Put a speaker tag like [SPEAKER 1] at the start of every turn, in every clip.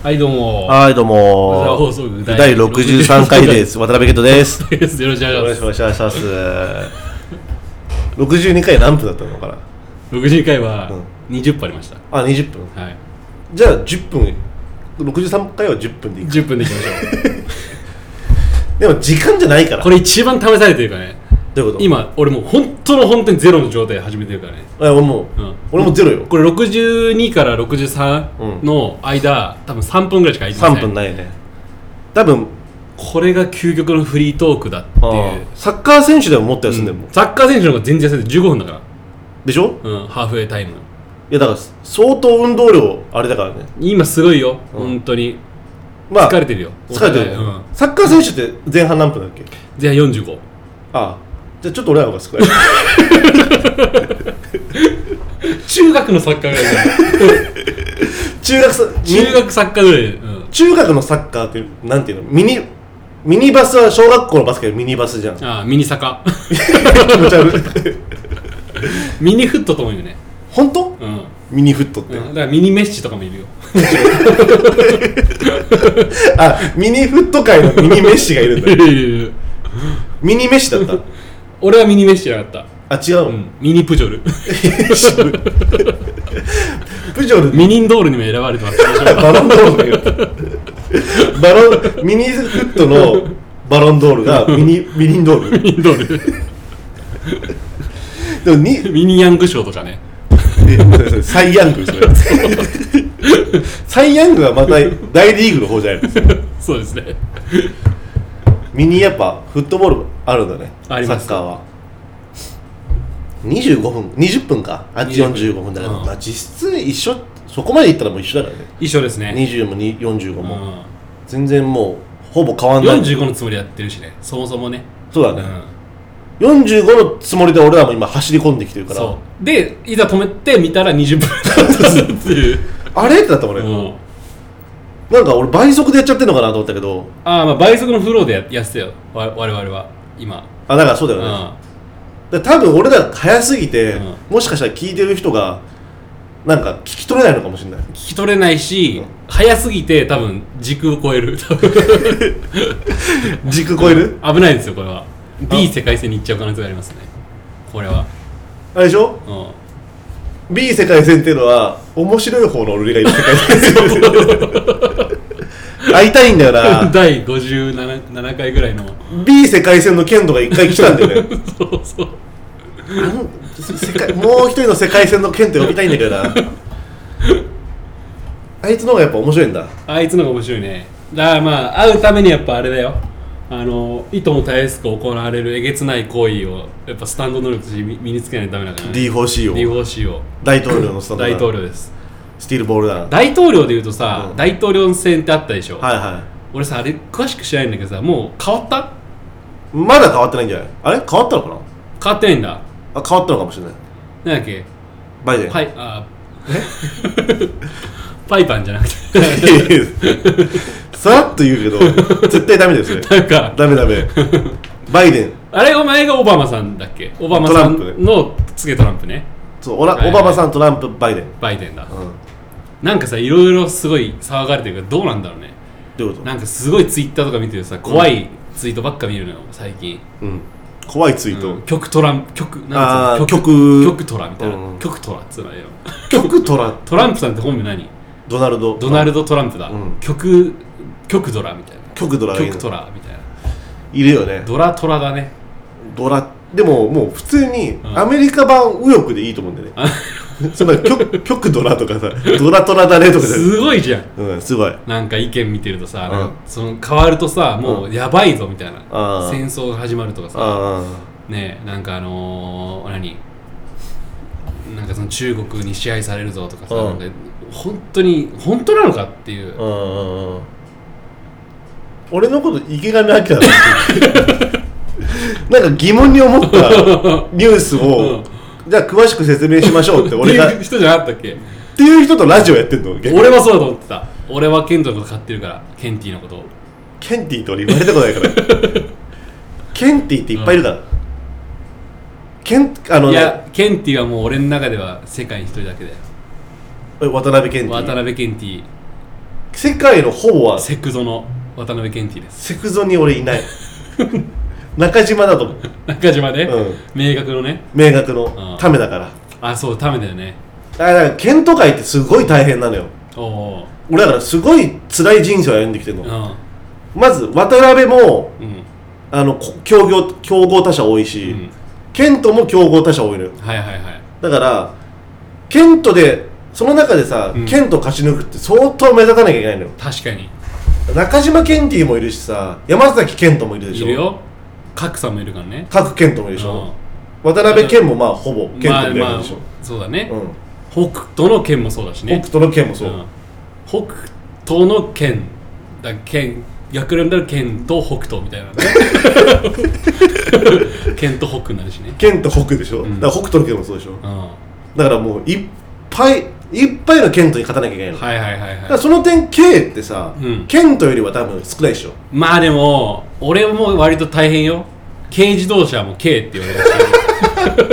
[SPEAKER 1] はいどうも
[SPEAKER 2] はい、どう
[SPEAKER 1] 小沢
[SPEAKER 2] も
[SPEAKER 1] 放送局。
[SPEAKER 2] 第63回です。渡辺健人です。よ
[SPEAKER 1] よろしくお願
[SPEAKER 2] ろ
[SPEAKER 1] い
[SPEAKER 2] し
[SPEAKER 1] し
[SPEAKER 2] くお
[SPEAKER 1] ま
[SPEAKER 2] 願いします。62回何分だったのかな
[SPEAKER 1] す62回は20分ありまし
[SPEAKER 2] あ、20分。
[SPEAKER 1] た、はい
[SPEAKER 2] じゃあ10分。63回は10分でいく。
[SPEAKER 1] 10分でいきましょう
[SPEAKER 2] でも時間じゃない から。
[SPEAKER 1] これ一番試されてるからね
[SPEAKER 2] どういうこと
[SPEAKER 1] 今俺もう本当の本当にゼロの状態で始めてるからね
[SPEAKER 2] え俺もう、
[SPEAKER 1] うん
[SPEAKER 2] 俺もゼロよ。
[SPEAKER 1] これ62から63の間、多分3分ぐらいしか空いてま
[SPEAKER 2] 3
[SPEAKER 1] せん
[SPEAKER 2] 分ないよね。多分、
[SPEAKER 1] これが究極のフリートークだって
[SPEAKER 2] あ
[SPEAKER 1] いう
[SPEAKER 2] ーサッカー選手でももっと休んでるもん。
[SPEAKER 1] サッカー選手の方が全然痩せて15分だか
[SPEAKER 2] でしょ
[SPEAKER 1] ら、うん、ハーフウェイタイム
[SPEAKER 2] いや、だから相当運動量、あれだからね。
[SPEAKER 1] 今すごいよ、本当に
[SPEAKER 2] まあ、
[SPEAKER 1] 疲れてるよ
[SPEAKER 2] 疲れてる
[SPEAKER 1] お互いうん
[SPEAKER 2] よ。サッカー選手って前半何分だっけ
[SPEAKER 1] 前半45
[SPEAKER 2] ああ。じゃあちょっと俺らの方が少ない。
[SPEAKER 1] 中学のサッカーぐらいだよ
[SPEAKER 2] 中学さ
[SPEAKER 1] 中学サッカーぐらいで、うん、
[SPEAKER 2] 中学のサッカーってなんていうのミニミニバスは小学校のバスケでミニバスじゃん気
[SPEAKER 1] ああミニサカ
[SPEAKER 2] 持ち悪い
[SPEAKER 1] ミニフットとも言うね
[SPEAKER 2] 本当
[SPEAKER 1] うん、うん
[SPEAKER 2] ミニフットって、
[SPEAKER 1] だからミニメッシとかもいるよ
[SPEAKER 2] あミニフット界のミニメッシがいるん
[SPEAKER 1] い
[SPEAKER 2] だ
[SPEAKER 1] るいるいる
[SPEAKER 2] ミニメッシだった
[SPEAKER 1] 俺はミニメッシじゃなかった
[SPEAKER 2] あ違うの、
[SPEAKER 1] うん、ミニプジョル
[SPEAKER 2] 渋いプジョル
[SPEAKER 1] ミニンドールにも選ばれてます私は
[SPEAKER 2] バロンドールだよバロンミニフットのバロンドールがミニミニンドール
[SPEAKER 1] ミニンド ー
[SPEAKER 2] でもに
[SPEAKER 1] ルミニヤング賞とかね
[SPEAKER 2] えそれそれサイ・ヤ ングそれサイ・ヤングはまた大リーグの方じゃないですか
[SPEAKER 1] そうですね
[SPEAKER 2] ミニやっぱフットボールあるんだね
[SPEAKER 1] あります
[SPEAKER 2] サッカーは25分20分かあっち
[SPEAKER 1] 20
[SPEAKER 2] 45分だから、
[SPEAKER 1] うん
[SPEAKER 2] まあ、実質一緒そこまでいったらもう一緒だからね
[SPEAKER 1] 一緒ですね、
[SPEAKER 2] 20もに45
[SPEAKER 1] う
[SPEAKER 2] も、
[SPEAKER 1] ん、
[SPEAKER 2] 全然もうほぼ変わんない
[SPEAKER 1] 45のつもりでやってるしねそもそもね
[SPEAKER 2] そうだ
[SPEAKER 1] う
[SPEAKER 2] ね、
[SPEAKER 1] ん
[SPEAKER 2] 45のつもりで俺らも今走り込んできてるから
[SPEAKER 1] そうでいざ止めて見たら20分だったっていう、
[SPEAKER 2] あれってなった俺、
[SPEAKER 1] うん、
[SPEAKER 2] なんか俺倍速でやっちゃってんのかなと思ったけど
[SPEAKER 1] ああまあ倍速のフローでややってたよわ我々は今、
[SPEAKER 2] あだからそうだ
[SPEAKER 1] う
[SPEAKER 2] よね、
[SPEAKER 1] ん、
[SPEAKER 2] で多分俺ら早すぎて、
[SPEAKER 1] うん
[SPEAKER 2] もしかしたら聞いてる人がなんか聞き取れないのかもしれない
[SPEAKER 1] 聞き取れないし、早すぎて多分時空を超える多分
[SPEAKER 2] 軸超える、
[SPEAKER 1] 危ないですよこれは B 世界線に行っちゃう可能性がありますねこれは、
[SPEAKER 2] あれでしょ
[SPEAKER 1] うん
[SPEAKER 2] B 世界線っていうのは面白い方の俺がいる世界線会いたいんだよな
[SPEAKER 1] 第57 7回ぐらいの
[SPEAKER 2] B 世界線の剣道が一回来たんだよね
[SPEAKER 1] そうそう
[SPEAKER 2] あの世界もう一人の世界線の剣と呼びたいんだけどなあいつの方がやっぱ面白いんだ
[SPEAKER 1] あいつのが面白いねだからまあ会うためにやっぱあれだよあの意図もたやすく行われるえげつない行為をやっぱスタンド能力として身身につけないとダメだから、ね、
[SPEAKER 2] D4C を
[SPEAKER 1] D4C を
[SPEAKER 2] 大統領のスタンドだ
[SPEAKER 1] 大統領です
[SPEAKER 2] スティールボールだな
[SPEAKER 1] 大統領でいうとさ、
[SPEAKER 2] うん
[SPEAKER 1] 大統領選ってあったでしょ、
[SPEAKER 2] はいは
[SPEAKER 1] 俺さあれ詳しく知らないんだけどさもう変わった
[SPEAKER 2] いまだ変わってないんじゃないあれ変わったのかな
[SPEAKER 1] 変わってないんだ
[SPEAKER 2] あ変わったのかもしれない
[SPEAKER 1] なんだっけ
[SPEAKER 2] バイデン、
[SPEAKER 1] パイあえ パイパンじゃなくて
[SPEAKER 2] さらっと言うけど絶対ダメですね
[SPEAKER 1] なんか
[SPEAKER 2] ダメダ メバイデン
[SPEAKER 1] あれお前がオバマさんだっけオバマさ
[SPEAKER 2] トラン
[SPEAKER 1] ん
[SPEAKER 2] プ
[SPEAKER 1] のつけトランプね
[SPEAKER 2] そうオラ、
[SPEAKER 1] はい
[SPEAKER 2] オバマさんトランプバイデン、
[SPEAKER 1] バイデンだ
[SPEAKER 2] うん、
[SPEAKER 1] なんかさいろいろすごい騒がれてるけどどうなんだろうね
[SPEAKER 2] どういうこと
[SPEAKER 1] なんかすごいツイッターとか見てるとさ怖いツイートばっか見るのよ最近、
[SPEAKER 2] うん、怖いツイー
[SPEAKER 1] うん
[SPEAKER 2] ト、
[SPEAKER 1] 極トラン極
[SPEAKER 2] あ
[SPEAKER 1] なん
[SPEAKER 2] あ
[SPEAKER 1] つうの
[SPEAKER 2] 極
[SPEAKER 1] 極トラみたいな、
[SPEAKER 2] うん
[SPEAKER 1] 極トラっつうのよ
[SPEAKER 2] 極トラ
[SPEAKER 1] トランプさんって本名何
[SPEAKER 2] ドナルド
[SPEAKER 1] ドナルド・トランプだ、
[SPEAKER 2] うん
[SPEAKER 1] 極極ドラみたいな
[SPEAKER 2] 極ドラがいる
[SPEAKER 1] 極トラみたいない
[SPEAKER 2] るよね
[SPEAKER 1] ドラトラだね
[SPEAKER 2] ドラでももう普通に
[SPEAKER 1] ん
[SPEAKER 2] アメリカ版右翼でいいと思うんだよね、そんな極極ドラとかさドラトラだねとかじゃ
[SPEAKER 1] すごいじゃん
[SPEAKER 2] うんすごい
[SPEAKER 1] なんか意見見てるとさ、
[SPEAKER 2] ん
[SPEAKER 1] なんかその変わるとさもうやばいぞみたいな、
[SPEAKER 2] あー
[SPEAKER 1] 戦争が始まるとかさ
[SPEAKER 2] あ
[SPEAKER 1] ねえなんかあのー、何なんかその中国に支配されるぞとかさ、
[SPEAKER 2] うん
[SPEAKER 1] なんか本当に本当なのかっていう、
[SPEAKER 2] あうん俺のこと池上彰だななんか疑問に思ったニュースを、じゃあ詳しく説明しましょうって
[SPEAKER 1] 俺
[SPEAKER 2] 俺
[SPEAKER 1] が
[SPEAKER 2] が
[SPEAKER 1] っていう人じゃなかったっけ
[SPEAKER 2] っていう人とラジオやってんの逆に
[SPEAKER 1] 俺はそうだと思ってた俺はケントのこと買ってるからケンティーのことを
[SPEAKER 2] ケンティーと俺言われたことないからケンティーっていっぱいいるから、ケンあの
[SPEAKER 1] い
[SPEAKER 2] ね
[SPEAKER 1] やケンティはもう俺の中では世界に一人だけだよ
[SPEAKER 2] 渡辺ケンティー
[SPEAKER 1] 渡辺ケンティ
[SPEAKER 2] 世界のほぼは
[SPEAKER 1] セクゾの渡辺健二です
[SPEAKER 2] セクゾに俺いない中島だと思う
[SPEAKER 1] 中島で、
[SPEAKER 2] うん
[SPEAKER 1] 明確のね
[SPEAKER 2] 名学のためだから
[SPEAKER 1] あそうためだよね
[SPEAKER 2] だから検討会ってすごい大変なのよ
[SPEAKER 1] おお
[SPEAKER 2] 俺だからすごい辛い人生を歩んできてる
[SPEAKER 1] う
[SPEAKER 2] の、
[SPEAKER 1] ん
[SPEAKER 2] まず渡辺も
[SPEAKER 1] うん
[SPEAKER 2] あのこ競合競合他社多いし、
[SPEAKER 1] うん
[SPEAKER 2] ケントも競合他社多いのよ
[SPEAKER 1] はいはいはい
[SPEAKER 2] だからケントでその中でさ、
[SPEAKER 1] うん
[SPEAKER 2] ケント勝ち抜くって相当目立たなきゃいけないのよ
[SPEAKER 1] 確かに
[SPEAKER 2] 中島ケンティもいるしさ山崎ケントもいるでしょ
[SPEAKER 1] いるよ格さんもいるからね
[SPEAKER 2] 各ケントもいるでしょ、渡辺健もまあほぼ
[SPEAKER 1] うん
[SPEAKER 2] 健
[SPEAKER 1] ま
[SPEAKER 2] と
[SPEAKER 1] あ
[SPEAKER 2] みたいなも
[SPEAKER 1] ま
[SPEAKER 2] ん
[SPEAKER 1] あ
[SPEAKER 2] でしょ、
[SPEAKER 1] そうだね、
[SPEAKER 2] うん、
[SPEAKER 1] 北斗の剣もそうだしね
[SPEAKER 2] 北斗の健もそう、
[SPEAKER 1] うん北斗の剣だ剣逆になる剣と北斗みたいな ね剣と北になるしね
[SPEAKER 2] 健と北でしょ、
[SPEAKER 1] うん
[SPEAKER 2] だから北斗の健もそうでしょ、
[SPEAKER 1] うんは
[SPEAKER 2] だからもういっぱいいっぱいの健とに勝たなきゃいけない
[SPEAKER 1] い
[SPEAKER 2] の、
[SPEAKER 1] はいはい
[SPEAKER 2] だか
[SPEAKER 1] は
[SPEAKER 2] ら
[SPEAKER 1] い
[SPEAKER 2] その点 K ってさ、
[SPEAKER 1] うん
[SPEAKER 2] 健とよりは多分少ないでしょ
[SPEAKER 1] まあでも俺も割と大変よ軽自動車も K って言われるし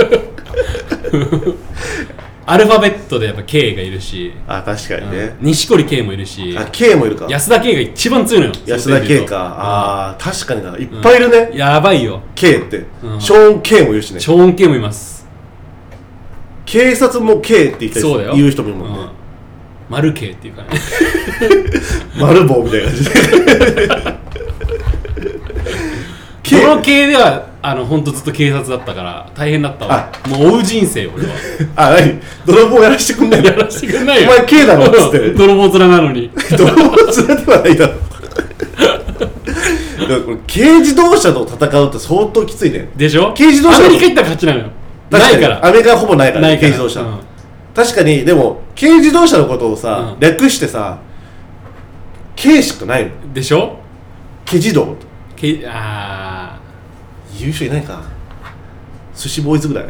[SPEAKER 1] アルファベットでやっぱ K がいるし
[SPEAKER 2] あ確かにね、
[SPEAKER 1] 錦織 K もいるし
[SPEAKER 2] あ K もいるか
[SPEAKER 1] 安田 K が一番強いのよ
[SPEAKER 2] 安田 K かああー確かにないっぱいいるね、
[SPEAKER 1] うんやばいよ
[SPEAKER 2] K って、
[SPEAKER 1] うん
[SPEAKER 2] ショーン K もいるしね
[SPEAKER 1] 超音 K もいます
[SPEAKER 2] 警察も K って言ったり
[SPEAKER 1] そうだよ
[SPEAKER 2] 言う人もいるもんね、
[SPEAKER 1] うん丸 K っていう かね
[SPEAKER 2] 丸棒みたいな感じで
[SPEAKER 1] こ
[SPEAKER 2] K
[SPEAKER 1] の系ではあの本当ずっと警察だったから大変だったわもう追う人生俺 は
[SPEAKER 2] あ何泥棒やらしてくんない
[SPEAKER 1] やらしてくんないよ
[SPEAKER 2] お前 K だろっつって
[SPEAKER 1] 泥棒面なのに
[SPEAKER 2] 泥棒面ではないだろだからこれ軽自動車と戦うって相当きついね
[SPEAKER 1] でしょ
[SPEAKER 2] 軽自動車
[SPEAKER 1] ア
[SPEAKER 2] の
[SPEAKER 1] メリカ行ったら勝ちなのよな
[SPEAKER 2] 確
[SPEAKER 1] い
[SPEAKER 2] に
[SPEAKER 1] から
[SPEAKER 2] アメリカはほぼないから
[SPEAKER 1] な
[SPEAKER 2] ね
[SPEAKER 1] いから
[SPEAKER 2] 軽自動車、
[SPEAKER 1] うん
[SPEAKER 2] 確かにでも軽自動車のことをさ、
[SPEAKER 1] うん
[SPEAKER 2] 略してさ軽しかないの
[SPEAKER 1] でしょ
[SPEAKER 2] 軽自動と
[SPEAKER 1] けあ
[SPEAKER 2] 言う人いないか寿司ボーイズ ぐらい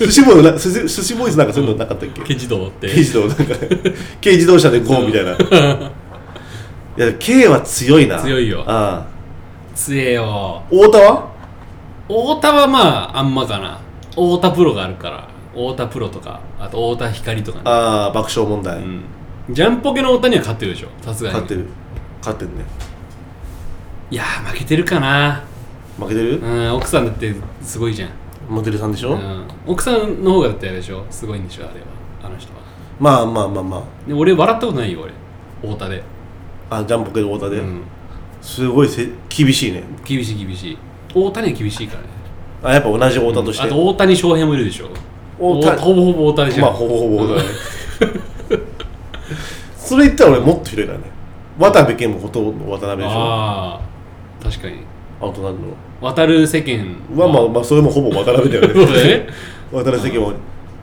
[SPEAKER 2] 寿司ボーイズな寿司寿司ボーイズなんかそういうのなかったっけ
[SPEAKER 1] ーケジ道って
[SPEAKER 2] 軽自動 なんか軽自動車で GO みたいないや軽は強いな
[SPEAKER 1] 強いよ
[SPEAKER 2] ああ
[SPEAKER 1] 強えよ
[SPEAKER 2] 太田は
[SPEAKER 1] 太田はまああんまかな太田プロがあるから太田プロとかあと太田光とかね
[SPEAKER 2] ああ爆笑問題、
[SPEAKER 1] うんジャンポケの太田には勝ってるでしょさすがに
[SPEAKER 2] 勝ってる勝ってるね
[SPEAKER 1] いやー負けてるかな
[SPEAKER 2] 負けてる、
[SPEAKER 1] うん奥さんだってすごいじゃん
[SPEAKER 2] モデルさんでしょ、
[SPEAKER 1] うん、奥さんの方がだってあれでしょすごいんでしょあれはあの人は
[SPEAKER 2] まあまあまあま
[SPEAKER 1] で俺笑ったことないよ俺太田で、
[SPEAKER 2] ああジャンポケの太田で、
[SPEAKER 1] うん、
[SPEAKER 2] すごいせ厳しいね
[SPEAKER 1] 厳しい厳しい太田には厳しいからね
[SPEAKER 2] あやっぱ同じ太田として、
[SPEAKER 1] あと大谷翔平もいるでしょ
[SPEAKER 2] 大
[SPEAKER 1] 大
[SPEAKER 2] 谷
[SPEAKER 1] ほぼほぼ大谷じゃん
[SPEAKER 2] まあほぼほぼ太田だね それ言ったら俺もっとひどいからね渡辺謙もほとんど渡辺でしょ
[SPEAKER 1] あ
[SPEAKER 2] ア
[SPEAKER 1] あ確かに
[SPEAKER 2] ウトなるの
[SPEAKER 1] 渡る世間
[SPEAKER 2] はまあまあそれもほぼ渡辺だよ
[SPEAKER 1] そうだね
[SPEAKER 2] ね渡辺関も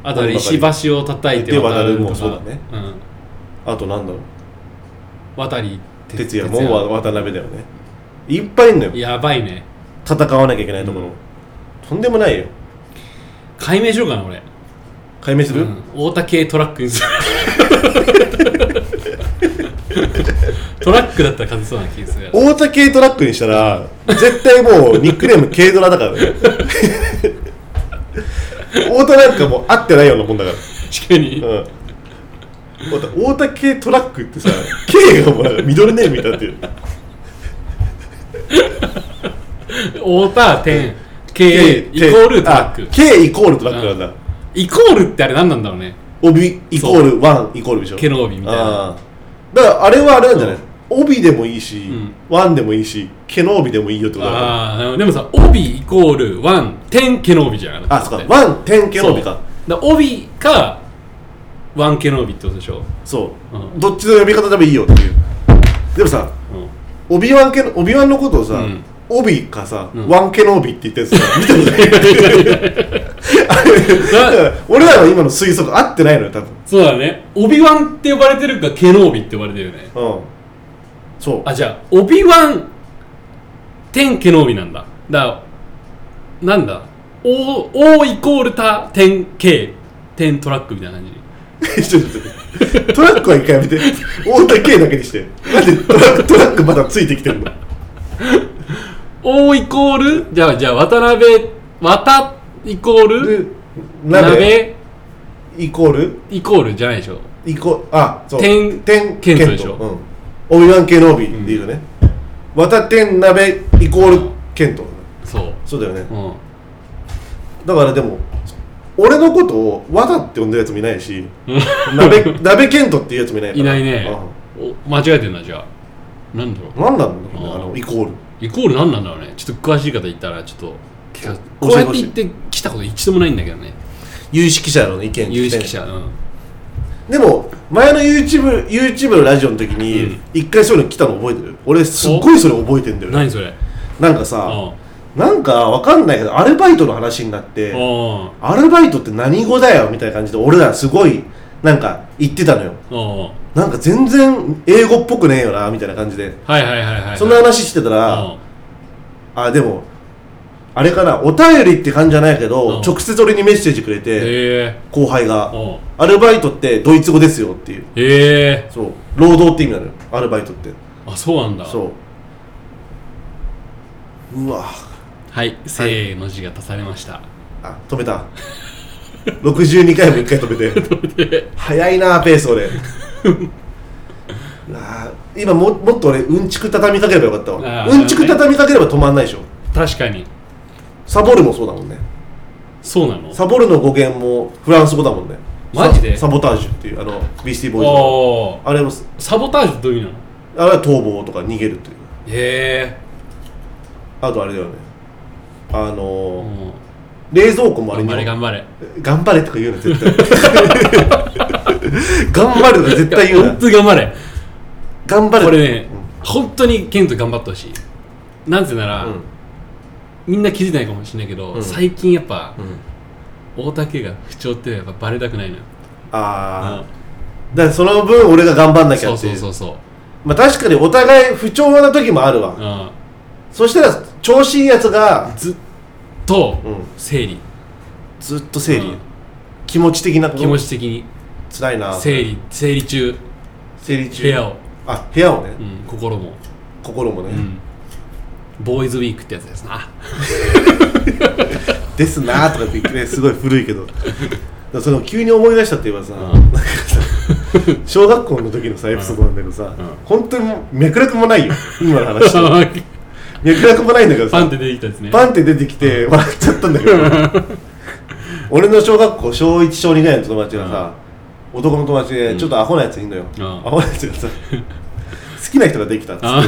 [SPEAKER 1] あとあれ石橋を叩いて
[SPEAKER 2] で渡る
[SPEAKER 1] とか
[SPEAKER 2] もそうだね
[SPEAKER 1] ん、
[SPEAKER 2] あとなんだろう
[SPEAKER 1] 渡り
[SPEAKER 2] 哲也もわ渡辺だよねいっぱいいんのよ
[SPEAKER 1] やばいね
[SPEAKER 2] 戦わなきゃいけないところ、
[SPEAKER 1] うん
[SPEAKER 2] とんでもないよ
[SPEAKER 1] 解明しようかな俺、
[SPEAKER 2] 解明する、
[SPEAKER 1] うん大田系トラックに するトラックだったら勝てそうな気がする
[SPEAKER 2] 大田軽トラックにしたら絶 対もうニックネーム軽トラだからね 大田なんかもう合ってないようなもんだから
[SPEAKER 1] 確かに、
[SPEAKER 2] うんまた大田系トラックってさ K がもうなんかミドルネームになってる
[SPEAKER 1] 大田点 K イコールトラック
[SPEAKER 2] あ K イコールトラックなんだ、
[SPEAKER 1] イコールってあれ何なんだろうね
[SPEAKER 2] 帯イコールワンイコールでしょ
[SPEAKER 1] 毛の帯みたいな
[SPEAKER 2] あーだからあれはあれなんじゃない帯でもいいし、
[SPEAKER 1] ん
[SPEAKER 2] ワンでもいいし毛の帯でもいいよってことだから
[SPEAKER 1] ああでもさ帯イコールワン点毛の帯じゃん
[SPEAKER 2] あそうかワン点毛の帯か
[SPEAKER 1] だから帯かワン毛の帯ってことでしょ、
[SPEAKER 2] そう、
[SPEAKER 1] うん
[SPEAKER 2] どっちの読み方でもいいよっていうでもさ
[SPEAKER 1] うん
[SPEAKER 2] 帯ワン毛の帯ワンのことをさ、
[SPEAKER 1] うん
[SPEAKER 2] 帯かさ、
[SPEAKER 1] ん
[SPEAKER 2] ワン毛の帯って言って るやつさ見たことないだか
[SPEAKER 1] だ
[SPEAKER 2] ら俺らの今の推測合ってないのよ多
[SPEAKER 1] そうだねオビワンって呼ばれてるかケノービって呼ばれてるよね
[SPEAKER 2] 分うんそう
[SPEAKER 1] あじゃあオビワン天ケノービなんだだからなんだオオイコールタ天 K 天トラックみたいな感じ
[SPEAKER 2] ちょっと待ってトラックは一回やめて太田 K だけにしてなんでトラックトラックまだついてきてるの
[SPEAKER 1] オイコールじゃあじゃあ渡辺渡イコール
[SPEAKER 2] 鍋
[SPEAKER 1] 鍋
[SPEAKER 2] イコール
[SPEAKER 1] イコールじゃないでしょ
[SPEAKER 2] イコあそう
[SPEAKER 1] 天
[SPEAKER 2] 天
[SPEAKER 1] ケント
[SPEAKER 2] ケン
[SPEAKER 1] でしょ
[SPEAKER 2] うんオビワン系の帯でいうね、また天鍋イコールケント
[SPEAKER 1] そう
[SPEAKER 2] そうだよね
[SPEAKER 1] うん
[SPEAKER 2] だからでも俺のことを和田って呼んでるやつもいないし鍋鍋ケントっていうやつもいないから
[SPEAKER 1] いないねお間違えてんなじゃあなんだろう
[SPEAKER 2] うん、何なんだろうね
[SPEAKER 1] あー
[SPEAKER 2] あのイコール
[SPEAKER 1] イコール何なんだろうねちょっと詳しい方いたらちょっと聞かこう
[SPEAKER 2] 教え
[SPEAKER 1] や
[SPEAKER 2] て
[SPEAKER 1] って
[SPEAKER 2] ほしい
[SPEAKER 1] 言ってきたこと一度もないんだけどね
[SPEAKER 2] 有識者の意見聞きたい
[SPEAKER 1] 有識者うん
[SPEAKER 2] でも前の YouTube, YouTube のラジオの時に一回そういうの来たの覚えてる俺すっごいそれ覚えてんだよね
[SPEAKER 1] 何それ
[SPEAKER 2] なんか
[SPEAKER 1] あ
[SPEAKER 2] さ
[SPEAKER 1] あ
[SPEAKER 2] なんかわかんないけどアルバイトの話になって
[SPEAKER 1] あ
[SPEAKER 2] アルバイトって何語だよみたいな感じで俺らすごいなんか言ってたのよ
[SPEAKER 1] ああ
[SPEAKER 2] なんか全然英語っぽくねえよなみたいな感じで
[SPEAKER 1] あはいはいはいはい
[SPEAKER 2] そんな話してたら
[SPEAKER 1] あ
[SPEAKER 2] あでもあれかなお便りって感じじゃないけ
[SPEAKER 1] う
[SPEAKER 2] ど
[SPEAKER 1] ん
[SPEAKER 2] 直接俺にメッセージくれて
[SPEAKER 1] ええ
[SPEAKER 2] 後輩が
[SPEAKER 1] あ
[SPEAKER 2] アルバイトってドイツ語ですよっていう
[SPEAKER 1] ええ
[SPEAKER 2] そう労働って意味なのよアルバイトって
[SPEAKER 1] あそうなんだ
[SPEAKER 2] そううわ
[SPEAKER 1] はい「せーの」字が足されました
[SPEAKER 2] あ止めた62回も1回止めて 早いなペース俺うわ今ももっと俺うんちく畳みかければよかったわ
[SPEAKER 1] あー
[SPEAKER 2] うんちく畳みかければ止まんないでしょ
[SPEAKER 1] 確かに
[SPEAKER 2] サボるもそうだもんね
[SPEAKER 1] そうなの
[SPEAKER 2] サボるの語源もフランス語だもんね
[SPEAKER 1] マジで
[SPEAKER 2] ササボタージュっていうあのビースティーボーイズの
[SPEAKER 1] おー
[SPEAKER 2] あれも
[SPEAKER 1] サボタージュってどういう意味なの
[SPEAKER 2] あれは逃亡とか逃げるっていう
[SPEAKER 1] へ
[SPEAKER 2] あとあれだよねあ
[SPEAKER 1] えう
[SPEAKER 2] のー
[SPEAKER 1] ん
[SPEAKER 2] 冷蔵庫もあれ
[SPEAKER 1] 頑
[SPEAKER 2] に
[SPEAKER 1] 張
[SPEAKER 2] も
[SPEAKER 1] れ頑張れ
[SPEAKER 2] 頑張れとか言うな絶対頑張れとか絶対言う
[SPEAKER 1] 本
[SPEAKER 2] な
[SPEAKER 1] 当に頑張れ
[SPEAKER 2] 頑張れ
[SPEAKER 1] これね、本当にケント頑張ってほしいなんてな
[SPEAKER 2] う
[SPEAKER 1] ら、
[SPEAKER 2] んうん
[SPEAKER 1] みんな気づいてないかもしれないけど、
[SPEAKER 2] うん
[SPEAKER 1] 最近やっぱ
[SPEAKER 2] うん
[SPEAKER 1] 大竹が不調ってやっぱバレたくないのよあ
[SPEAKER 2] ああだからその分俺が頑張んなき
[SPEAKER 1] そ
[SPEAKER 2] ゃ
[SPEAKER 1] う
[SPEAKER 2] って
[SPEAKER 1] そ
[SPEAKER 2] いうう
[SPEAKER 1] そうそう
[SPEAKER 2] まあ確かにお互い不調な時もあるわ、
[SPEAKER 1] うん
[SPEAKER 2] そしたら調子いいやつが
[SPEAKER 1] ずっと
[SPEAKER 2] うん
[SPEAKER 1] 整理、
[SPEAKER 2] ずっと整理、
[SPEAKER 1] うん
[SPEAKER 2] 気持ち的なこと
[SPEAKER 1] 気持ち的に
[SPEAKER 2] 辛いな
[SPEAKER 1] 整理整理中
[SPEAKER 2] 整理中
[SPEAKER 1] 部屋を、
[SPEAKER 2] あ部屋をね、
[SPEAKER 1] うん、心も、
[SPEAKER 2] 心もね、
[SPEAKER 1] うん、ボーイズウィークってやつですな
[SPEAKER 2] ですなーとかって言 ってねすごい古いけどだからその急に思い出したって言えばさ、
[SPEAKER 1] ん
[SPEAKER 2] なんかさ小学校の時のさエピソードなんだけどさ、
[SPEAKER 1] うん
[SPEAKER 2] 本当にもう脈絡もないよ 今の話と
[SPEAKER 1] パ
[SPEAKER 2] 脈絡もないんだけど
[SPEAKER 1] ンっ
[SPEAKER 2] さ
[SPEAKER 1] て出てきたですね
[SPEAKER 2] パンって出てきて笑っちゃったんだけど俺の小学校小1小2ぐらいの友達がさ、男の友達でちょっとアホなやついんのよ、
[SPEAKER 1] うん
[SPEAKER 2] アホなやつがさ好きな人ができたっつって
[SPEAKER 1] あ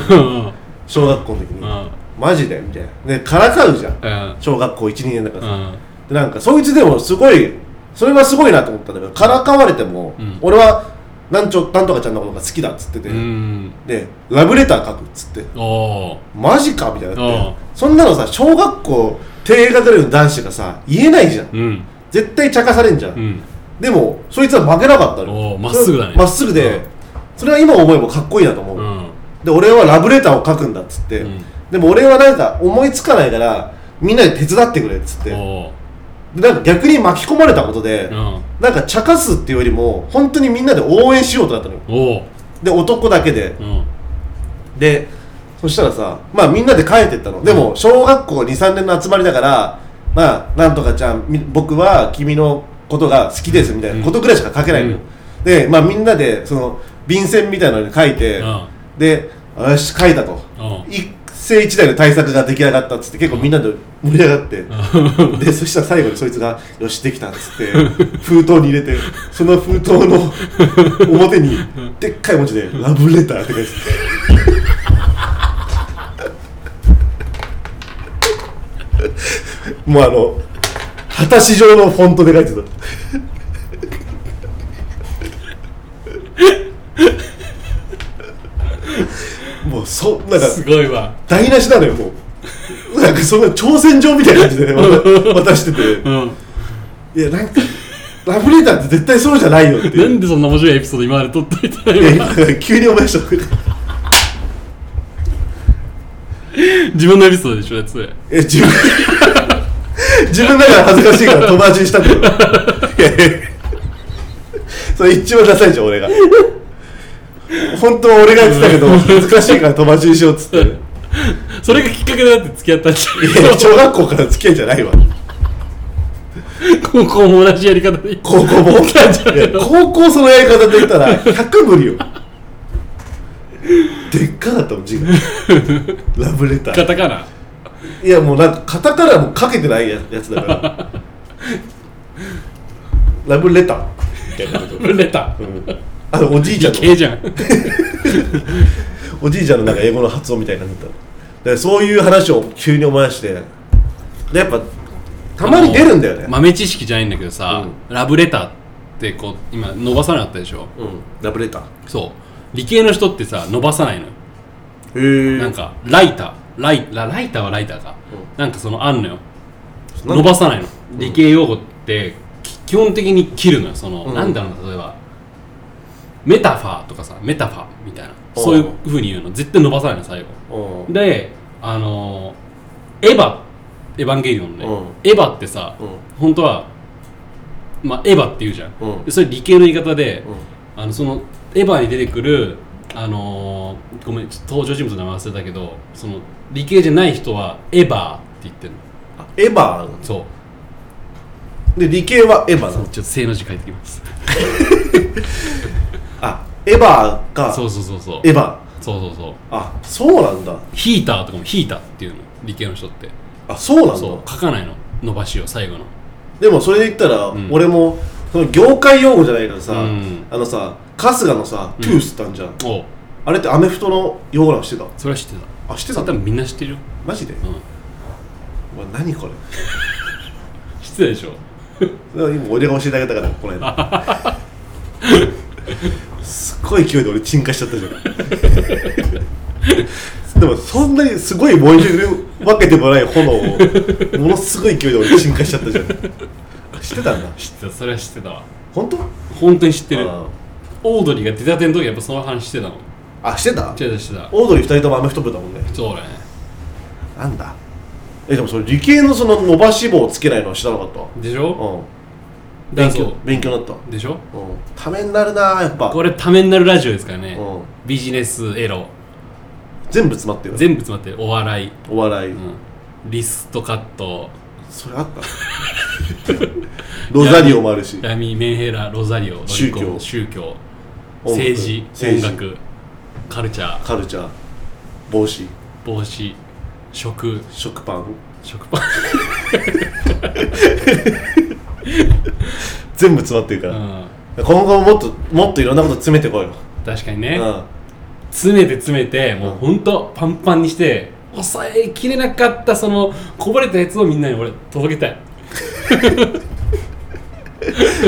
[SPEAKER 2] 小学校の時に、
[SPEAKER 1] うん
[SPEAKER 2] マジでみたいなでからかうじゃん
[SPEAKER 1] うんうん
[SPEAKER 2] 小学校12年だから
[SPEAKER 1] う
[SPEAKER 2] さ、
[SPEAKER 1] ん
[SPEAKER 2] でなんかそいつでもすごいそれはすごいなと思ったんだけどからかわれても、
[SPEAKER 1] うん
[SPEAKER 2] 俺はなんちょなんとかちゃんのことが好きだっつってて、
[SPEAKER 1] うん
[SPEAKER 2] でラブレター書くっつって
[SPEAKER 1] おー
[SPEAKER 2] マジかみたいになって
[SPEAKER 1] あ
[SPEAKER 2] そんなのさ小学校低学年の男子がさ言えないじゃん
[SPEAKER 1] うん
[SPEAKER 2] 絶対茶化されんじゃん、
[SPEAKER 1] うん
[SPEAKER 2] でもそいつは負けなかった
[SPEAKER 1] お
[SPEAKER 2] の
[SPEAKER 1] うまっすぐだね
[SPEAKER 2] それまっすぐで、
[SPEAKER 1] うん
[SPEAKER 2] それは今思えばかっこいいなと思う、
[SPEAKER 1] うん
[SPEAKER 2] で俺はラブレターを書くんだっつって、
[SPEAKER 1] うん
[SPEAKER 2] でも俺はなんか思いつかないからみんなで手伝ってくれっつって
[SPEAKER 1] おー
[SPEAKER 2] でなんか逆に巻き込まれたことで、
[SPEAKER 1] うん
[SPEAKER 2] なんか茶化すっていうよりも本当にみんなで応援しようとなったのよ
[SPEAKER 1] おー
[SPEAKER 2] で男だけで
[SPEAKER 1] うん
[SPEAKER 2] でそしたらさまあみんなで帰ってったのでも小学校23年の集まりだからまあなんとかちゃんみ僕は君のことが好きですみたいなことぐらいしか書けないのよ、でまあみんなでその便箋みたいなのに書いて、
[SPEAKER 1] うん
[SPEAKER 2] でよし書いたと
[SPEAKER 1] うん
[SPEAKER 2] 一世一代の対策が出来上がったっつって結構みんなで盛り上がって、でそしたら最後にそいつが「よしできた」っつって封筒に入れてその封筒の表にでっかい文字で「ラブレター」って書いてたもうあの果たし状のフォントで書いてたもうそなんか
[SPEAKER 1] すごいわ
[SPEAKER 2] 台無しなのよもう なんかそんな挑戦状みたいな感じでね渡 渡して
[SPEAKER 1] う
[SPEAKER 2] て
[SPEAKER 1] ん
[SPEAKER 2] いやなんかラブレターって絶対そうじゃないよって
[SPEAKER 1] ないん
[SPEAKER 2] う
[SPEAKER 1] でそんな面白いエピソード今まで撮っといた
[SPEAKER 2] いや
[SPEAKER 1] ら今
[SPEAKER 2] 今急に思い出した
[SPEAKER 1] 自分のエピソードでしょやつ
[SPEAKER 2] え自分 自分だから恥ずかしいから友達にしたんだよ いやいやそれ一番ダサいじゃん俺が本当は俺が言ってたけど恥ずかしいから友達にしようっつって い
[SPEAKER 1] それがきっかけだって付き合ったんじゃん
[SPEAKER 2] や小学校から付き合いじゃないわ
[SPEAKER 1] 高校も同じやり方で
[SPEAKER 2] 高校 も
[SPEAKER 1] いったんじゃないい
[SPEAKER 2] や
[SPEAKER 1] の
[SPEAKER 2] 高校そのやり方で言ったら100無理よでっかかったもん 字がラブレタ
[SPEAKER 1] カ
[SPEAKER 2] ー
[SPEAKER 1] タカナ
[SPEAKER 2] いやもうなんか型からもかけてないややつだからラブレターみたいなこと
[SPEAKER 1] レタ
[SPEAKER 2] うんあのおじいちゃん
[SPEAKER 1] 系
[SPEAKER 2] の
[SPEAKER 1] じゃん
[SPEAKER 2] おじいちゃんのなんか英語の発音みたいになってただからそういう話を急に思い出してでやっぱたまに出るんだよね
[SPEAKER 1] あの豆知識じゃないんだけどさ、
[SPEAKER 2] う
[SPEAKER 1] ラブレターってこう今伸ばさなかったでしょ
[SPEAKER 2] うんラブレター
[SPEAKER 1] そう理系の人ってさ伸ばさないのよ
[SPEAKER 2] へえ
[SPEAKER 1] なんかライターライラライターはライターか、
[SPEAKER 2] う
[SPEAKER 1] なんかそのあんのよ伸ばさないの理系用語ってき基本的に切るのよその、
[SPEAKER 2] うん
[SPEAKER 1] なんだろうな例えばメタファーとかさメタファーみたいな
[SPEAKER 2] おう
[SPEAKER 1] そういうふうに言うの絶対伸ばさないの最後
[SPEAKER 2] うん
[SPEAKER 1] であのーエヴァエヴァンゲリオンね、
[SPEAKER 2] うん
[SPEAKER 1] エヴァってさ、
[SPEAKER 2] うん
[SPEAKER 1] 本当はまあエヴァって言うじゃん、
[SPEAKER 2] うん
[SPEAKER 1] でそれ理系の言い方で、
[SPEAKER 2] うん
[SPEAKER 1] あのそのエヴァに出てくるあのーごめんちょっと登場人物の名前忘れたけどその理系じゃない人はエヴァーって言ってるの
[SPEAKER 2] あエヴァ
[SPEAKER 1] そう
[SPEAKER 2] で理系はエヴァなの
[SPEAKER 1] ちょっと正の字書いてきます
[SPEAKER 2] あエヴァか
[SPEAKER 1] そうそうそうそう
[SPEAKER 2] エヴァ
[SPEAKER 1] そうそうそう
[SPEAKER 2] あそうなんだ
[SPEAKER 1] ヒーターとかもヒーターっていうの理系の人って
[SPEAKER 2] あそうなんだ
[SPEAKER 1] そう書かないの伸ばしを最後の
[SPEAKER 2] でもそれで言ったら、
[SPEAKER 1] ん
[SPEAKER 2] 俺もその業界用語じゃないからさ、
[SPEAKER 1] うん
[SPEAKER 2] あのさ春日のさトゥースってあんじゃん、
[SPEAKER 1] おう
[SPEAKER 2] あれってアメフトの用語なのしてた
[SPEAKER 1] それは知ってた
[SPEAKER 2] あして
[SPEAKER 1] そ
[SPEAKER 2] た
[SPEAKER 1] れ多分みんな知ってるよ、
[SPEAKER 2] マジで、
[SPEAKER 1] うん、
[SPEAKER 2] お前何これ
[SPEAKER 1] 知ってたでしょ
[SPEAKER 2] それは今俺が教えてあげたからこの間すっごい勢いで俺沈下しちゃったじゃんでもそんなにすごい燃えてるわけでもない炎をものすごい勢いで俺沈下しちゃったじゃん知ってたんだ
[SPEAKER 1] 知ってたそれは知ってたわ
[SPEAKER 2] 本当
[SPEAKER 1] 本当に知ってる
[SPEAKER 2] あ
[SPEAKER 1] オードリーが出たての時やっぱその話してたもん
[SPEAKER 2] あしてた
[SPEAKER 1] 知ってた知ってた
[SPEAKER 2] オードリー2人ともアメフト部だもんね
[SPEAKER 1] そうだね
[SPEAKER 2] なんだえでもそれ理系のその伸ばし棒つけないのは知らなかったわ
[SPEAKER 1] でしょ
[SPEAKER 2] うん
[SPEAKER 1] だ
[SPEAKER 2] 勉
[SPEAKER 1] そう
[SPEAKER 2] 強勉強になった
[SPEAKER 1] でしょ
[SPEAKER 2] うんためになるなやっぱ
[SPEAKER 1] これためになるラジオですからね
[SPEAKER 2] うん
[SPEAKER 1] ビジネスエロ
[SPEAKER 2] 全部詰まってる
[SPEAKER 1] 全部詰まってるお笑い、
[SPEAKER 2] お笑い、
[SPEAKER 1] うん、リストカット
[SPEAKER 2] それあった ロザリオもあるし
[SPEAKER 1] ラミメンヘラロザリオロリコン
[SPEAKER 2] 宗教
[SPEAKER 1] 宗教
[SPEAKER 2] 音楽
[SPEAKER 1] 政治
[SPEAKER 2] 政治
[SPEAKER 1] 音楽カルチャー
[SPEAKER 2] カルチャー帽子
[SPEAKER 1] 帽子食
[SPEAKER 2] 食パン
[SPEAKER 1] 食パン、
[SPEAKER 2] 全部詰まってるか
[SPEAKER 1] う
[SPEAKER 2] ら、
[SPEAKER 1] ん、
[SPEAKER 2] 今後ももっともっといろんなこと詰めてこいよ、
[SPEAKER 1] 確かに
[SPEAKER 2] う
[SPEAKER 1] ね、
[SPEAKER 2] ん、
[SPEAKER 1] 詰めて詰めてもうほんとパンパンにして抑えきれなかったそのこぼれたやつをみんなに俺届けたい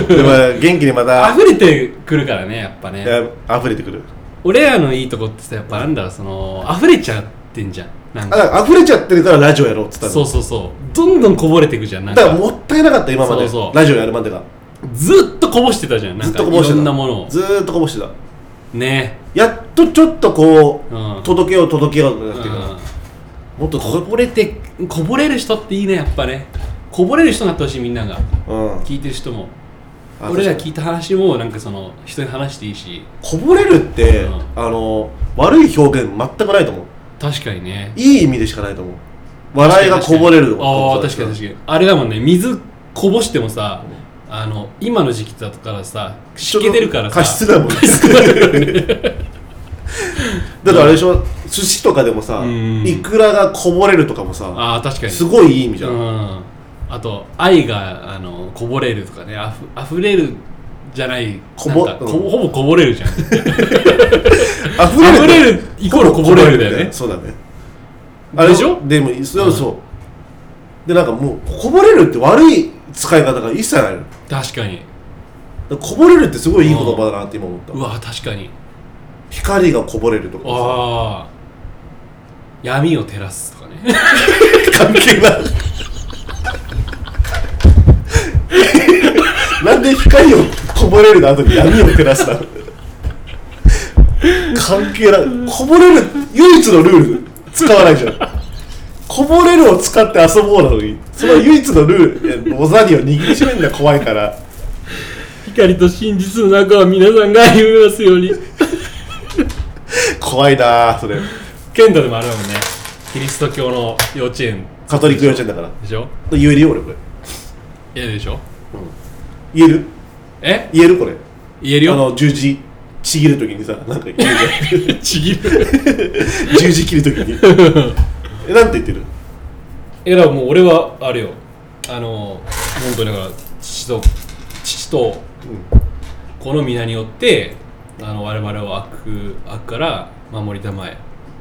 [SPEAKER 2] でも元気にま た
[SPEAKER 1] 溢れてくるからねやっぱね
[SPEAKER 2] あ溢れてくる
[SPEAKER 1] 俺らのいいとこってさやっぱなんだろうその溢れちゃってんじゃんなん
[SPEAKER 2] あ
[SPEAKER 1] か
[SPEAKER 2] だから溢れちゃってるからラジオやろうっつったの
[SPEAKER 1] そうそうそうどんどんこぼれてくじゃんなん
[SPEAKER 2] だから
[SPEAKER 1] か
[SPEAKER 2] もったいなかった今まで
[SPEAKER 1] そうそう
[SPEAKER 2] ラジオやるまでが
[SPEAKER 1] ずっとこぼしてたじゃんな
[SPEAKER 2] ず
[SPEAKER 1] ん
[SPEAKER 2] っ
[SPEAKER 1] か
[SPEAKER 2] と
[SPEAKER 1] い
[SPEAKER 2] こぼして
[SPEAKER 1] ろ
[SPEAKER 2] た
[SPEAKER 1] んなものを
[SPEAKER 2] ずーっとこぼしてた
[SPEAKER 1] ね
[SPEAKER 2] やっとちょっとこう、
[SPEAKER 1] うん
[SPEAKER 2] 届けよう届けようってなってくる、
[SPEAKER 1] うん
[SPEAKER 2] もっと
[SPEAKER 1] こ
[SPEAKER 2] 届
[SPEAKER 1] ぼれてこぼれる人っていいねやっぱねこぼれる人になってほしいみんなが
[SPEAKER 2] うん
[SPEAKER 1] 聞いてる人も
[SPEAKER 2] あ
[SPEAKER 1] 俺ら
[SPEAKER 2] 確か
[SPEAKER 1] 聞いた話もなんかその人に話していいし
[SPEAKER 2] にこぼれるって、
[SPEAKER 1] うん
[SPEAKER 2] あの悪い表現全くないと思う
[SPEAKER 1] 確かにね
[SPEAKER 2] いい意味でしかないと思う笑いがこぼれる
[SPEAKER 1] ああ確かに確かにあれだもんね水こぼしてもさあの今の時期だからさ湿気出るからさ
[SPEAKER 2] 過失だもん
[SPEAKER 1] 過失 だからね
[SPEAKER 2] だってあれでしょ寿司とかでもさ
[SPEAKER 1] うん
[SPEAKER 2] いくらがこぼれるとかもさ
[SPEAKER 1] ああ確かに
[SPEAKER 2] すごいいい意味じゃん、
[SPEAKER 1] うんあと愛があのこぼれるとかねあふあふれるじゃない
[SPEAKER 2] こぼ
[SPEAKER 1] なんか
[SPEAKER 2] うん
[SPEAKER 1] こほぼこぼれるじゃん溢
[SPEAKER 2] 溢れる
[SPEAKER 1] れるイコールこぼれるだよね
[SPEAKER 2] そうだね
[SPEAKER 1] でしょ
[SPEAKER 2] あれでもそうそう、でなんかもうこぼれるって悪い使い方が一切ないのだか
[SPEAKER 1] 確かに
[SPEAKER 2] らこぼれるってすごいいい言葉だなって今思った、
[SPEAKER 1] うわ確かに
[SPEAKER 2] 光がこぼれるとかさ
[SPEAKER 1] ああ闇を照らすとかね
[SPEAKER 2] 関係ないなんで光をこぼれるの後に闇を照らしたの関係ないこぼれる唯一のルール使わないじゃんこぼれるを使って遊ぼうなのにその唯一のルールロザリオ握りしめるのが怖いから
[SPEAKER 1] 光と真実の中は皆さんが歩みますように
[SPEAKER 2] 怖いなあそれ
[SPEAKER 1] 剣道でもあるもんねキリスト教の幼稚園
[SPEAKER 2] カトリック幼稚園だから
[SPEAKER 1] でしょ
[SPEAKER 2] 言えるよ俺これ
[SPEAKER 1] 嫌でしょ
[SPEAKER 2] 言える
[SPEAKER 1] え
[SPEAKER 2] 言えるこれ
[SPEAKER 1] 言える
[SPEAKER 2] あ
[SPEAKER 1] よ
[SPEAKER 2] の十字ちぎるときにさなんか言えるじゃ
[SPEAKER 1] ちぎる
[SPEAKER 2] ん十字切るときに えなんて言ってる
[SPEAKER 1] えだからもう俺はあれよあの本当にだから父と父とこの皆によってあの我々を悪悪から守りたまえ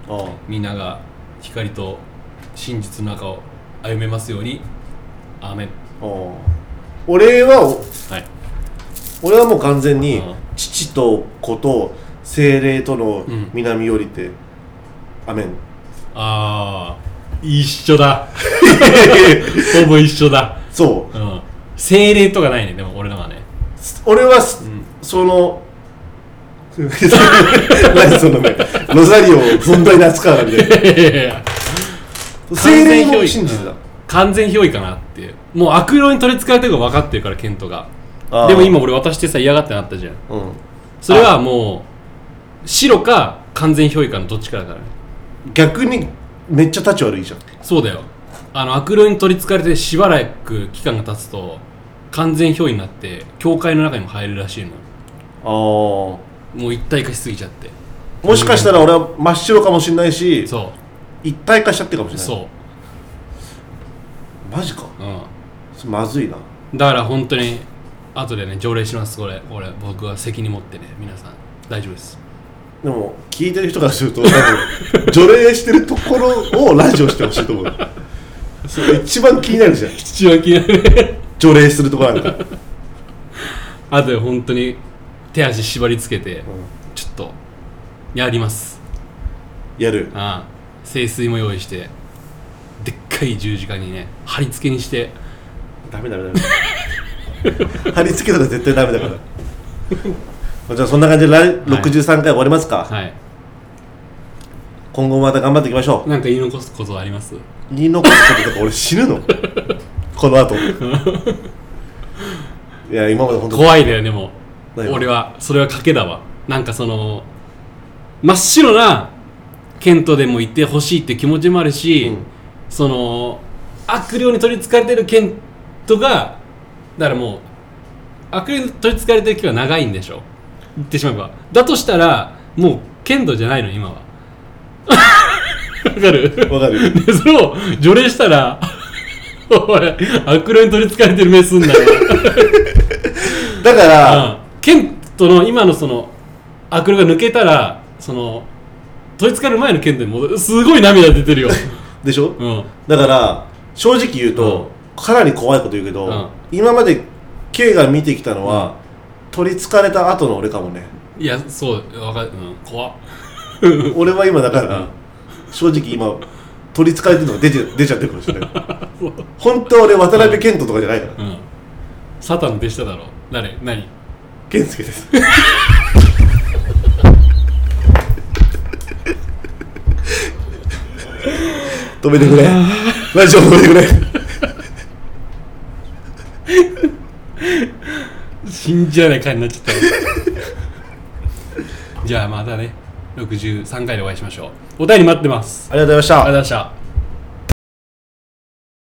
[SPEAKER 2] ああ
[SPEAKER 1] 皆が光と真実の中を歩めますようにアーメン
[SPEAKER 2] ああ俺は
[SPEAKER 1] はい
[SPEAKER 2] 俺はもう完全に
[SPEAKER 1] うん
[SPEAKER 2] 父と子と精霊との
[SPEAKER 1] うん
[SPEAKER 2] 南よりて、アメ ン
[SPEAKER 1] ああ一緒だほぼ一緒だ
[SPEAKER 2] そう
[SPEAKER 1] うん精霊とかないねでも俺らはね
[SPEAKER 2] 俺はす、
[SPEAKER 1] ん
[SPEAKER 2] その 何そのねロザリオを存在に扱うなんで精霊も真実だ
[SPEAKER 1] 完全憑依かなっていうもう悪霊に取りつかれてるのが分かってるからケントが
[SPEAKER 2] あー
[SPEAKER 1] でも今俺渡してさ嫌がってなったじゃん
[SPEAKER 2] うん
[SPEAKER 1] それはもう白か完全憑依かのどっちかだからね
[SPEAKER 2] 逆にめっちゃ立ち悪いじゃん
[SPEAKER 1] そうだよあの悪霊に取りつかれてしばらく期間が経つと完全憑依になって教会の中にも入るらしいの
[SPEAKER 2] あも
[SPEAKER 1] もう一体化しすぎちゃって
[SPEAKER 2] しかしたら俺は真っ白かもしれないし
[SPEAKER 1] そ
[SPEAKER 2] 一体化しちゃってるかも
[SPEAKER 1] う
[SPEAKER 2] しれない
[SPEAKER 1] そ
[SPEAKER 2] マジか
[SPEAKER 1] ううん
[SPEAKER 2] それまずいな
[SPEAKER 1] だから本当に後でね条例しますこれ俺僕は責任持ってね皆さん大丈夫です
[SPEAKER 2] でも聞いてる人からすると多 分除霊してるところをラジオしてほしいと思うそれ一番気になるじゃん
[SPEAKER 1] 父は嫌い
[SPEAKER 2] 除霊するとこなんか
[SPEAKER 1] 後で本当に手足縛りつけて、ちょっとやります
[SPEAKER 2] やる
[SPEAKER 1] ああ清水も用意してでっかい十字架にね貼り付けにして
[SPEAKER 2] ダメダメダメ貼り付けたら絶対ダメだからじゃあそんな感じで来63回終わりますか、
[SPEAKER 1] はい
[SPEAKER 2] 今後もまた頑張っていきましょう
[SPEAKER 1] なんか言い残すことあります
[SPEAKER 2] 言い残すこととか俺死ぬのこ の後いや今まで本当
[SPEAKER 1] 怖いねでも
[SPEAKER 2] 何が
[SPEAKER 1] 俺はそれは賭けだわなんかその真っ白なケントでもいてほしいって気持ちもあるし、
[SPEAKER 2] うん
[SPEAKER 1] その悪霊に取りつかれてるケントがだからもう悪霊に取りつかれてる期間は長いんでしょ言ってしまえばだとしたらもうケントじゃないの今は わかる
[SPEAKER 2] わかる
[SPEAKER 1] でそれを除霊したら おい悪霊に取りつかれてる目すんなよ
[SPEAKER 2] だから、
[SPEAKER 1] うんケントの今のその悪霊が抜けたらその取りつかれる前のケントに戻るすごい涙出てるよ、
[SPEAKER 2] でしょ、
[SPEAKER 1] うん、
[SPEAKER 2] だから正直言うと、かなり怖いこと言うけど、
[SPEAKER 1] うん
[SPEAKER 2] 今まで K が見てきたのは、取りつかれた後の俺かもね
[SPEAKER 1] いやそうわかる、うん、怖っ
[SPEAKER 2] 俺は今だから、
[SPEAKER 1] うん
[SPEAKER 2] 正直今取りつかれてるのが出て出ちゃってるかもしれない本当は俺渡辺謙人とかじゃないから、
[SPEAKER 1] うんサタンの弟子だだろ誰何
[SPEAKER 2] 健介です止めてくれラジオ止めてくれ
[SPEAKER 1] 信じられない感じになっちゃ ったじゃあまたね63回でお会いしましょうお便り待ってます
[SPEAKER 2] ありがとうござい
[SPEAKER 1] あり
[SPEAKER 2] ました
[SPEAKER 1] がとうございました